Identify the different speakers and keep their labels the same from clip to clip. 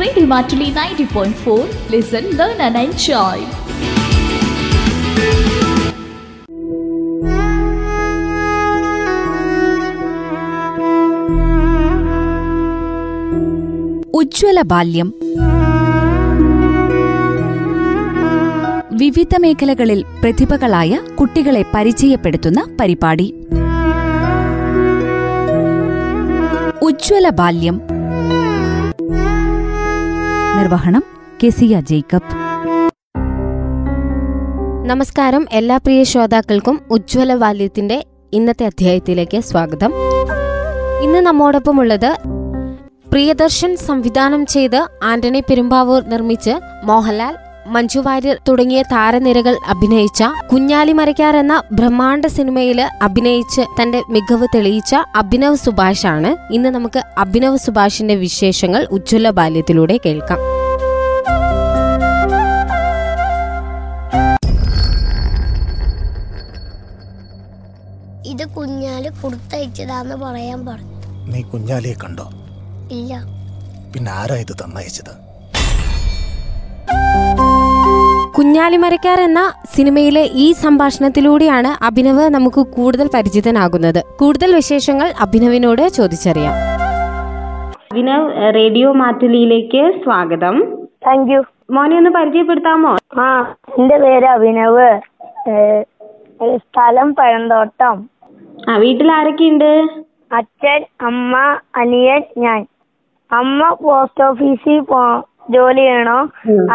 Speaker 1: Radio Mattoli ninety point four listen learn and enjoy
Speaker 2: ഉജ്ജ്വല ബാല്യം വിവിധ മേഖലകളിൽ പ്രതിഭകളായ കുട്ടികളെ പരിചയപ്പെടുത്തുന്ന പരിപാടി ഉജ്ജ്വല ബാല്യം നിർവഹണം കെസിയ ജേക്കബ്
Speaker 3: നമസ്കാരം എല്ലാ പ്രിയ ശ്രോതാക്കൾക്കും ഉജ്ജ്വല ബാല്യത്തിന്റെ ഇന്നത്തെ അധ്യായത്തിലേക്ക് സ്വാഗതം ഇന്ന് നമ്മോടൊപ്പം ഉള്ളത് പ്രിയദർശൻ സംവിധാനം ചെയ്ത് ആന്റണി പെരുമ്പാവൂർ നിർമ്മിച്ച് മോഹൻലാൽ മഞ്ജു വാര്യർ തുടങ്ങിയ താരനിരകൾ അഭിനയിച്ച കുഞ്ഞാലി മരക്കാർ എന്ന ബ്രഹ്മാണ്ഡ സിനിമയിൽ അഭിനയിച്ച് തന്റെ മികവ് തെളിയിച്ച അഭിനവ് സുഭാഷ് ആണ് ഇന്ന് നമുക്ക് അഭിനവ് സുഭാഷിന്റെ വിശേഷങ്ങൾ ഉജ്ജ്വല ബാല്യത്തിലൂടെ കേൾക്കാം
Speaker 4: ഇത് കുഞ്ഞാല് കൊടുത്തയച്ചതാന്ന് പറയാൻ പറഞ്ഞു
Speaker 5: നീ കുഞ്ഞാലിയെ കണ്ടോ
Speaker 4: ഇല്ല
Speaker 5: പിന്നെ ആരാ ഇത് തന്നയച്ചത്
Speaker 3: കുഞ്ഞാലിമരക്കാർ എന്ന സിനിമയിലെ ഈ സംഭാഷണത്തിലൂടെയാണ് അഭിനവ് നമുക്ക് കൂടുതൽ പരിചിതനാകുന്നത് കൂടുതൽ വിശേഷങ്ങൾ അഭിനവിനോട് ചോദിച്ചറിയാം
Speaker 6: അഭിനവ് ഏഹ്, റേഡിയോ മാറ്റുലിയിലേക്ക് സ്വാഗതം
Speaker 4: താങ്ക് യു
Speaker 6: മോനെ ഒന്ന് പരിചയപ്പെടുത്താമോ
Speaker 4: ആ എന്റെ പേര് അഭിനവ് ഏ, ഏ, സ്ഥലം പഴന്തോട്ടം
Speaker 6: ആ വീട്ടിൽ ആരൊക്കെയുണ്ട്
Speaker 4: അച്ഛൻ അമ്മ അനിയൻ ഞാൻ അമ്മ പോസ്റ്റ് ഓഫീസിൽ പോ ജോലി ചെയ്യണോ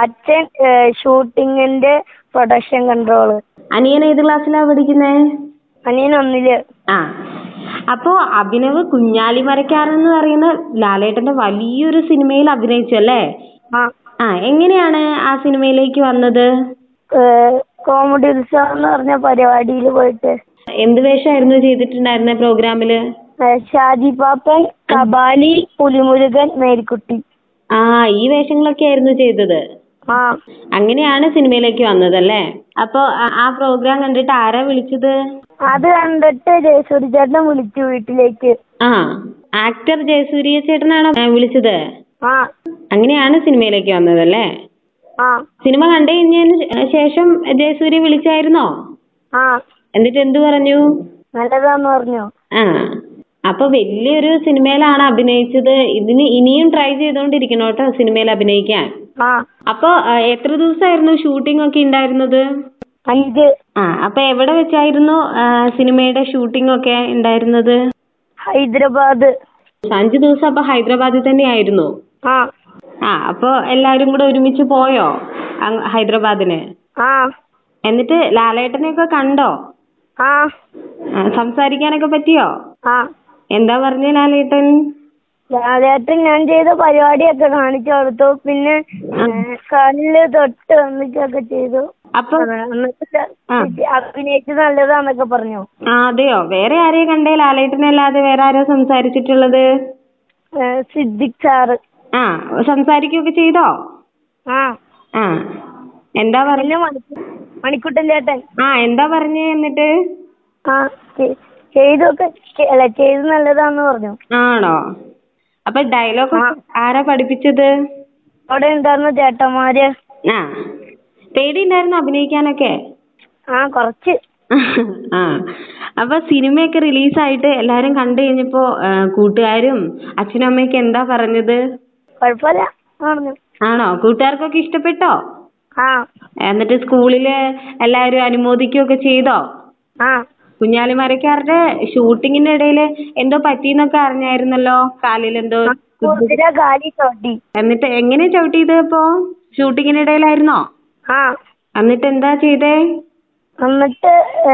Speaker 4: അച്ഛൻ ഏ, ഷൂട്ടിങ്ങിന്റെ പ്രൊഡക്ഷൻ കൺട്രോള്
Speaker 6: അനിയൻ ഏത് ക്ലാസ്സിലാ പഠിക്കുന്നേ
Speaker 4: അനിയൻ ഒന്നില്
Speaker 6: ആ അപ്പോ അഭിനവ് കുഞ്ഞാലി മരക്കാരൻ എന്ന് പറയുന്ന ലാലേട്ടന്റെ വലിയൊരു സിനിമയിൽ അഭിനയിച്ചു അല്ലേ
Speaker 4: ആ
Speaker 6: ആ എങ്ങനെയാണ് ആ സിനിമയിലേക്ക് വന്നത്
Speaker 4: ഏ, കോമഡി ഉത്സവം എന്ന് പറഞ്ഞ പരിപാടിയിൽ പോയിട്ട്
Speaker 6: എന്ത് വേഷമായിരുന്നു ചെയ്തിട്ടുണ്ടായിരുന്ന പ്രോഗ്രാമില്
Speaker 4: ഏ, ഷാജി പാപ്പൻ കബാലി പുലിമുരുകൻ മേരിക്കുട്ടി
Speaker 6: ആ ഈ വേഷങ്ങളൊക്കെ ആയിരുന്നു ചെയ്തത്
Speaker 4: ആ
Speaker 6: അങ്ങനെയാണ് സിനിമയിലേക്ക് വന്നത് അല്ലേ അപ്പോ ആ- ആ പ്രോഗ്രാം കണ്ടിട്ട് ആരാ വിളിച്ചത്
Speaker 4: അത് കണ്ടിട്ട് ജയസൂരി ചേട്ടൻ വിളിച്ചു വീട്ടിലേക്ക്
Speaker 6: ആ ആക്ടർ ജയസൂര്യ ചേട്ടനാണോ ഏ, വിളിച്ചത്
Speaker 4: ആ
Speaker 6: അങ്ങനെയാണ് സിനിമയിലേക്ക് വന്നത് അല്ലേ
Speaker 4: ആ
Speaker 6: സിനിമ കണ്ടു കഴിഞ്ഞതിന് ശേ- ശേഷം ജയസൂര്യ വിളിച്ചായിരുന്നോ
Speaker 4: ആ
Speaker 6: എന്നിട്ട് എന്തു പറഞ്ഞു
Speaker 4: നല്ലതാന്ന് പറഞ്ഞു
Speaker 6: ആ അപ്പൊ വലിയൊരു സിനിമയിലാണ് അഭിനയിച്ചത് ഇതിന് ഇനിയും ട്രൈ ചെയ്തോണ്ടിരിക്കണം കേട്ടോ സിനിമയിൽ അഭിനയിക്കാൻ
Speaker 4: ആ
Speaker 6: അപ്പൊ ആ, എത്ര ദിവസമായിരുന്നു ഷൂട്ടിംഗ് ഒക്കെ ഉണ്ടായിരുന്നത്
Speaker 4: അഞ്ച്
Speaker 6: ആ അപ്പൊ എവിടെ വെച്ചായിരുന്നു ആ, സിനിമയുടെ ഷൂട്ടിംഗ് ഒക്കെ ഉണ്ടായിരുന്നത്
Speaker 4: ഹൈദരാബാദ്
Speaker 6: അഞ്ചു ദിവസം അപ്പൊ ഹൈദരാബാദിൽ തന്നെ ആയിരുന്നു
Speaker 4: ആ
Speaker 6: ആ അപ്പൊ എല്ലാരും കൂടെ ഒരുമിച്ച് പോയോ അങ് ഹൈദരാബാദിന്
Speaker 4: ആ
Speaker 6: എന്നിട്ട് ലാലേട്ടനെയൊക്കെ കണ്ടോ
Speaker 4: ആ
Speaker 6: ആ, സംസാരിക്കാനൊക്കെ പറ്റിയോ
Speaker 4: ആ
Speaker 6: എന്താ പറഞ്ഞ ലാലേട്ടൻ
Speaker 4: രാധേട്ടൻ ഞാൻ ചെയ്ത പരിപാടിയൊക്കെ കാണിച്ചു കൊടുത്തു പിന്നെ ഏ, കല്ല് തൊട്ട് ഒന്നിച്ചൊക്കെ ചെയ്തു
Speaker 6: അപ്പൊ
Speaker 4: എന്നിട്ട് അഭിനയിച്ച് നല്ലതാന്നൊക്കെ പറഞ്ഞു
Speaker 6: ആ അതെയോ വേറെ ആരെയും കണ്ടേ ലാലേട്ടനല്ലാതെ വേറെ ആരാ സംസാരിച്ചിട്ടുള്ളത്
Speaker 4: ഏ, സിദ്ദിഖ് സാറ്
Speaker 6: ആ സംസാരിക്കുകയൊക്കെ ചെയ്തോ
Speaker 4: ആ
Speaker 6: ആ എന്താ പറഞ്ഞ
Speaker 4: പിന്നെ മണിക്കു- മണിക്കുട്ടൻ ചേട്ടൻ
Speaker 6: ആ എന്താ പറഞ്ഞേ എന്നിട്ട്
Speaker 4: ആ ചെ- ചെയ്തൊക്കെ ചെ- അല്ല ചെയ്ത് നല്ലതാന്ന് പറഞ്ഞു
Speaker 6: ആണോ അപ്പൊ ഡയലോഗ് ആരാ പഠിപ്പിച്ചത്
Speaker 4: അവിടെ ഉണ്ടായിരുന്ന ചേട്ടന്മാര്
Speaker 6: ആ പേടിയുണ്ടായിരുന്നു അഭിനയിക്കാനൊക്കെ
Speaker 4: ആ കുറച്ച്
Speaker 6: ആ അപ്പൊ സിനിമയൊക്കെ റിലീസായിട്ട് എല്ലാരും കണ്ടു കഴിഞ്ഞപ്പോ ആ, കൂട്ടുകാരും അച്ഛനും അമ്മയൊക്കെ എന്താ പറഞ്ഞത്
Speaker 4: കുഴപ്പമില്ല എന്ന് പറഞ്ഞു
Speaker 6: ആണോ കൂട്ടുകാർക്കൊക്കെ ഇഷ്ടപ്പെട്ടോ
Speaker 4: ആ
Speaker 6: എന്നിട്ട് സ്കൂളില് എല്ലാരും അനുമോദിക്കുകയൊക്കെ ചെയ്തോ
Speaker 4: ആ
Speaker 6: കുഞ്ഞാലിമരക്കാരുടെ ഷൂട്ടിങ്ങിന്റെ ഇടയില് എന്തോ പറ്റിന്നൊക്കെ അറിഞ്ഞായിരുന്നല്ലോ കാലിൽ എന്തോ
Speaker 4: കുതിര കാലി ചോട്ടി
Speaker 6: എന്നിട്ട് എങ്ങനെ ചവിട്ടിയത് അപ്പോ ഷൂട്ടിങ്ങിന്റെ ഇടയിലായിരുന്നോ
Speaker 4: ആ
Speaker 6: എന്നിട്ട് എന്താ ചെയ്തേ
Speaker 4: എന്നിട്ട് ഏ,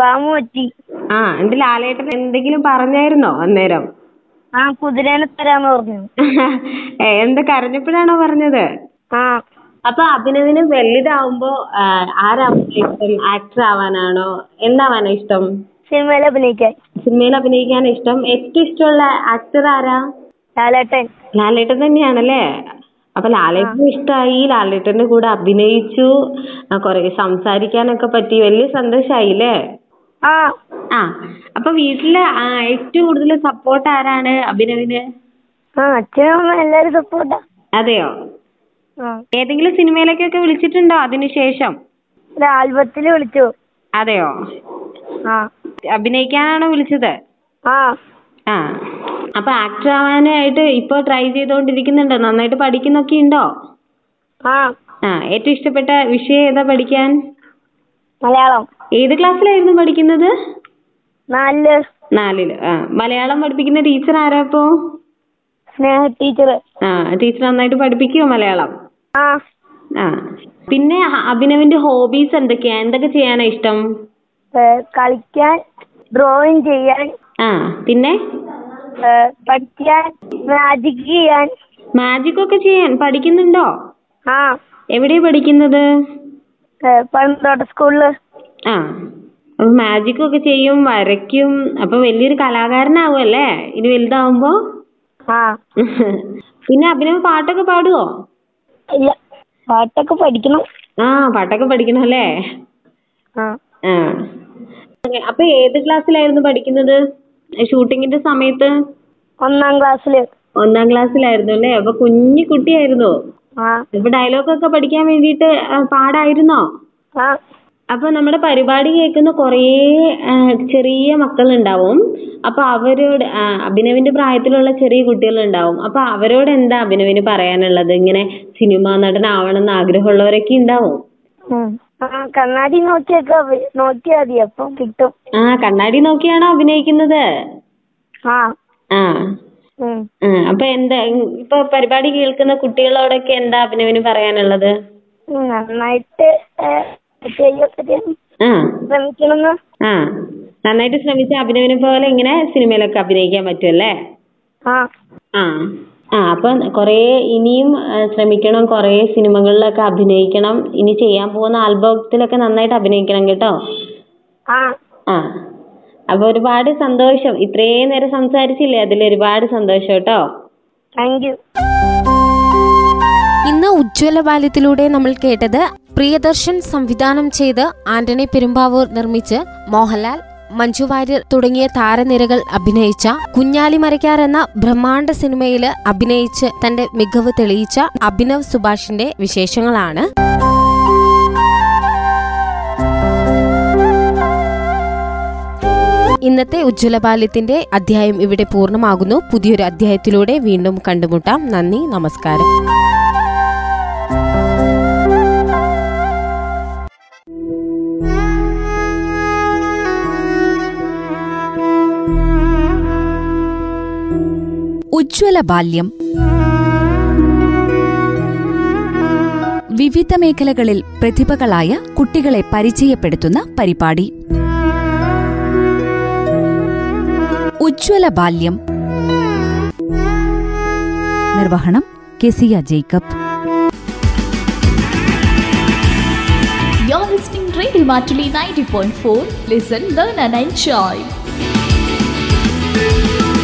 Speaker 4: ബാമു പറ്റി
Speaker 6: ആ എന്നിട്ട് ലാലേട്ടൻ എന്തെങ്കിലും പറഞ്ഞായിരുന്നോ അന്നേരം
Speaker 4: ആ കുതിരേനെ തരാന്ന് പറഞ്ഞു
Speaker 6: ഏ, എന്ത് കരഞ്ഞപ്പോഴാണോ പറഞ്ഞത്
Speaker 4: ആ
Speaker 6: അപ്പൊ അഭിനവിന് വലുതാവുമ്പോ ആ, ആരാവും ഇഷ്ടം ആക്ടർ ആവാനാണോ എന്താവാനാ ഇഷ്ടം
Speaker 4: സിനിമയിൽ അഭിനയിക്കാൻ
Speaker 6: സിനിമയിൽ അഭിനയിക്കാൻ ഇഷ്ടം ഏറ്റവും ഇഷ്ടമുള്ള ആക്ടർ ആരാ
Speaker 4: ലാലേട്ടൻ
Speaker 6: ലാലേട്ടൻ തന്നെയാണല്ലേ അപ്പൊ ലാലേട്ടന് ഇഷ്ടമായി ലാലേട്ടന്റെ കൂടെ അഭിനയിച്ചു ആ, കൊറേ സംസാരിക്കാനൊക്കെ പറ്റി വലിയ സന്തോഷായില്ലേ
Speaker 4: ആ
Speaker 6: ആ അപ്പൊ വീട്ടില് ആ, ഏറ്റവും കൂടുതൽ സപ്പോർട്ട് ആരാണ് അഭിനവിന്
Speaker 4: ആ അച്ഛനും അമ്മ എല്ലാരും സപ്പോർട്ടാ
Speaker 6: അതെയോ
Speaker 4: ആ
Speaker 6: ഏതെങ്കിലും സിനിമയിലേക്കൊക്കെ വിളിച്ചിട്ടുണ്ടോ അതിനുശേഷം
Speaker 4: ഒരു ആൽബത്തിൽ വിളിച്ചു
Speaker 6: അതെയോ
Speaker 4: ആ
Speaker 6: അഭിനയിക്കാനാണോ വിളിച്ചത്
Speaker 4: ആ
Speaker 6: ആ അപ്പൊ ആക്ടർ ആവാനായിട്ട് ഇപ്പൊ ട്രൈ ചെയ്തുകൊണ്ടിരിക്കുന്നുണ്ടോ നന്നായിട്ട് പഠിക്കുന്നൊക്കെ ഉണ്ടോ
Speaker 4: ആ
Speaker 6: ആ ഏറ്റവും ഇഷ്ടപ്പെട്ട വിഷയം ഏതാ പഠിക്കാൻ
Speaker 4: മലയാളം
Speaker 6: ഏത് ക്ലാസ്സിലായിരുന്നു പഠിക്കുന്നത്
Speaker 4: നാലില്
Speaker 6: നാലില് ആ മലയാളം പഠിപ്പിക്കുന്ന ടീച്ചർ ആരാ ഇപ്പോ
Speaker 4: സ്നേഹ ടീച്ചർ
Speaker 6: ആ ടീച്ചർ നന്നായിട്ട് പഠിപ്പിക്കുമോ മലയാളം
Speaker 4: ആ
Speaker 6: ആ പിന്നെ അ- അഭിനവിന്റെ ഹോബീസ് എന്തൊക്കെയാ എന്തൊക്കെ ചെയ്യാനാ ഇഷ്ടം
Speaker 4: ഏ, കളിക്കാൻ ഡ്രോയിങ് ചെയ്യാൻ
Speaker 6: ആ പിന്നെ
Speaker 4: ഏ, പഠിക്കാൻ മാജിക് ചെയ്യാൻ
Speaker 6: മാജിക് ഒക്കെ ചെയ്യാൻ പഠിക്കുന്നുണ്ടോ
Speaker 4: ആ
Speaker 6: എവിടെയാ പഠിക്കുന്നത്
Speaker 4: ഏ, പണ്ടോട്ട സ്കൂളില്
Speaker 6: ആ അപ്പൊ മാജിക് ഒക്കെ ചെയ്യും വരയ്ക്കും അപ്പൊ വലിയൊരു കലാകാരനാവും അല്ലേ ഇനി വലുതാവുമ്പോ
Speaker 4: ആ
Speaker 6: പിന്നെ അഭിനവ് പാട്ടൊക്കെ പാടുവോ
Speaker 4: ഇല്ല പാട്ടൊക്കെ പഠിക്കണം
Speaker 6: ആ പാട്ടൊക്കെ പഠിക്കണം അല്ലേ
Speaker 4: ആ
Speaker 6: ആ അപ്പൊ ഏത് ക്ലാസ്സിലായിരുന്നു പഠിക്കുന്നത് ഷൂട്ടിങ്ങിന്റെ സമയത്ത്
Speaker 4: ഒന്നാം ക്ലാസ്സില്
Speaker 6: ഒന്നാം ക്ലാസ്സിലായിരുന്നു അല്ലേ അപ്പൊ കുഞ്ഞു കുട്ടിയായിരുന്നു
Speaker 4: ആ
Speaker 6: അപ്പൊ ഡയലോഗ് ഒക്കെ പഠിക്കാൻ വേണ്ടിയിട്ട് ആ, പാടായിരുന്നോ
Speaker 4: ആ
Speaker 6: അപ്പൊ നമ്മുടെ പരിപാടി കേൾക്കുന്ന കുറേ ആ, ചെറിയ മക്കളുണ്ടാവും അപ്പൊ അവരോട് ആ, അഭിനവിന്റെ പ്രായത്തിലുള്ള ചെറിയ കുട്ടികളുണ്ടാവും അപ്പൊ അവരോട് എന്താ അഭിനവിന് പറയാനുള്ളത് ഇങ്ങനെ സിനിമാ നടനാവണം എന്ന് ആഗ്രഹമുള്ളവരൊക്കെ ഉണ്ടാവും
Speaker 4: ഉം. ആ കണ്ണാടി നോക്കിയൊക്കെ വി- നോക്കിയാ മതി അപ്പം കിട്ടും
Speaker 6: ആ കണ്ണാടി നോക്കിയാണോ അഭിനയിക്കുന്നത്
Speaker 4: ആ
Speaker 6: ആ
Speaker 4: ഉം.
Speaker 6: ആ, അപ്പൊ എന്താ ഇപ്പൊ പരിപാടി കേൾക്കുന്ന കുട്ടികളോടൊക്കെ എന്താ അഭിനവിന് പറയാനുള്ളത്
Speaker 4: ഉം, നന്നായിട്ട് ഏ, ചെയ്യൊക്കെ ചെയ്യാൻ
Speaker 6: ആ
Speaker 4: ശ്രമിക്കണമെന്ന്
Speaker 6: ആ നന്നായിട്ട് ശ്രമിച്ച അഭിനവിനെ പോലെ ഇങ്ങനെ സിനിമയിലൊക്കെ അഭിനയിക്കാൻ പറ്റുമല്ലേ
Speaker 4: ആ
Speaker 6: ആ ആ അപ്പം കുറേ ഇനിയും ആ, ശ്രമിക്കണം കുറേ സിനിമകളിലൊക്കെ അഭിനയിക്കണം ഇനി ചെയ്യാൻ പോകുന്ന ആൽബത്തിലൊക്കെ നന്നായിട്ട് അഭിനയിക്കണം കേട്ടോ
Speaker 4: ആ
Speaker 6: ആ അപ്പോൾ ഒരുപാട് സന്തോഷം ഇത്രയും നേരം സംസാരിച്ചില്ലേ അതിൽ ഒരുപാട് സന്തോഷം കേട്ടോ
Speaker 4: താങ്ക് യു
Speaker 3: ഇന്ന് ഉജ്ജ്വല ബാല്യത്തിലൂടെ നമ്മൾ കേട്ടത് പ്രിയദർശൻ സംവിധാനം ചെയ്ത് ആന്റണി പെരുമ്പാവൂർ നിർമ്മിച്ച് മോഹൻലാൽ മഞ്ജു വാര്യർ തുടങ്ങിയ താരനിരകൾ അഭിനയിച്ച കുഞ്ഞാലി മരക്കാർ എന്ന ബ്രഹ്മാണ്ഡ സിനിമയിൽ അഭിനയിച്ച് തന്റെ മികവ് തെളിയിച്ച അഭിനവ് സുഭാഷിന്റെ വിശേഷങ്ങളാണ് ഇന്നത്തെ ഉജ്ജ്വല ബാല്യത്തിന്റെ അധ്യായം ഇവിടെ പൂർണ്ണമാകുന്നു പുതിയൊരു അധ്യായത്തിലൂടെ വീണ്ടും കണ്ടുമുട്ടാം നന്ദി നമസ്കാരം
Speaker 2: ഉജ്ജ്വല ബാല്യം വിവിധ മേഖലകളിൽ പ്രതിഭകളായ കുട്ടികളെ പരിചയപ്പെടുത്തുന്ന പരിപാടി ഉജ്ജ്വല ബാല്യം നിർവഹണം Kesiya Jacob
Speaker 1: You're listening Radio Matuli 90.4. Listen, learn and enjoy.